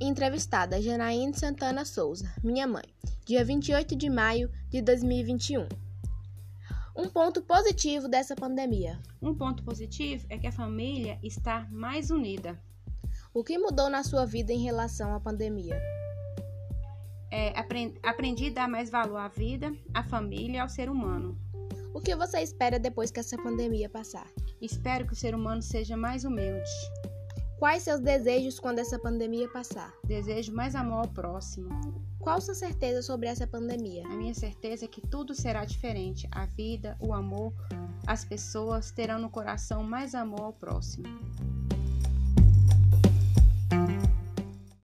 entrevistada Janaíne Santana Souza, minha mãe, dia 28 de maio de 2021. Um ponto positivo dessa pandemia. Um ponto positivo é que a família está mais unida. O que mudou na sua vida em relação à pandemia? É, aprendi, aprendi a dar mais valor à vida, à família e ao ser humano. O que você espera depois que essa pandemia passar? Espero que o ser humano seja mais humilde. Quais seus desejos quando essa pandemia passar? Desejo mais amor ao próximo. Qual sua certeza sobre essa pandemia? A minha certeza é que tudo será diferente. A vida, o amor, as pessoas terão no coração mais amor ao próximo.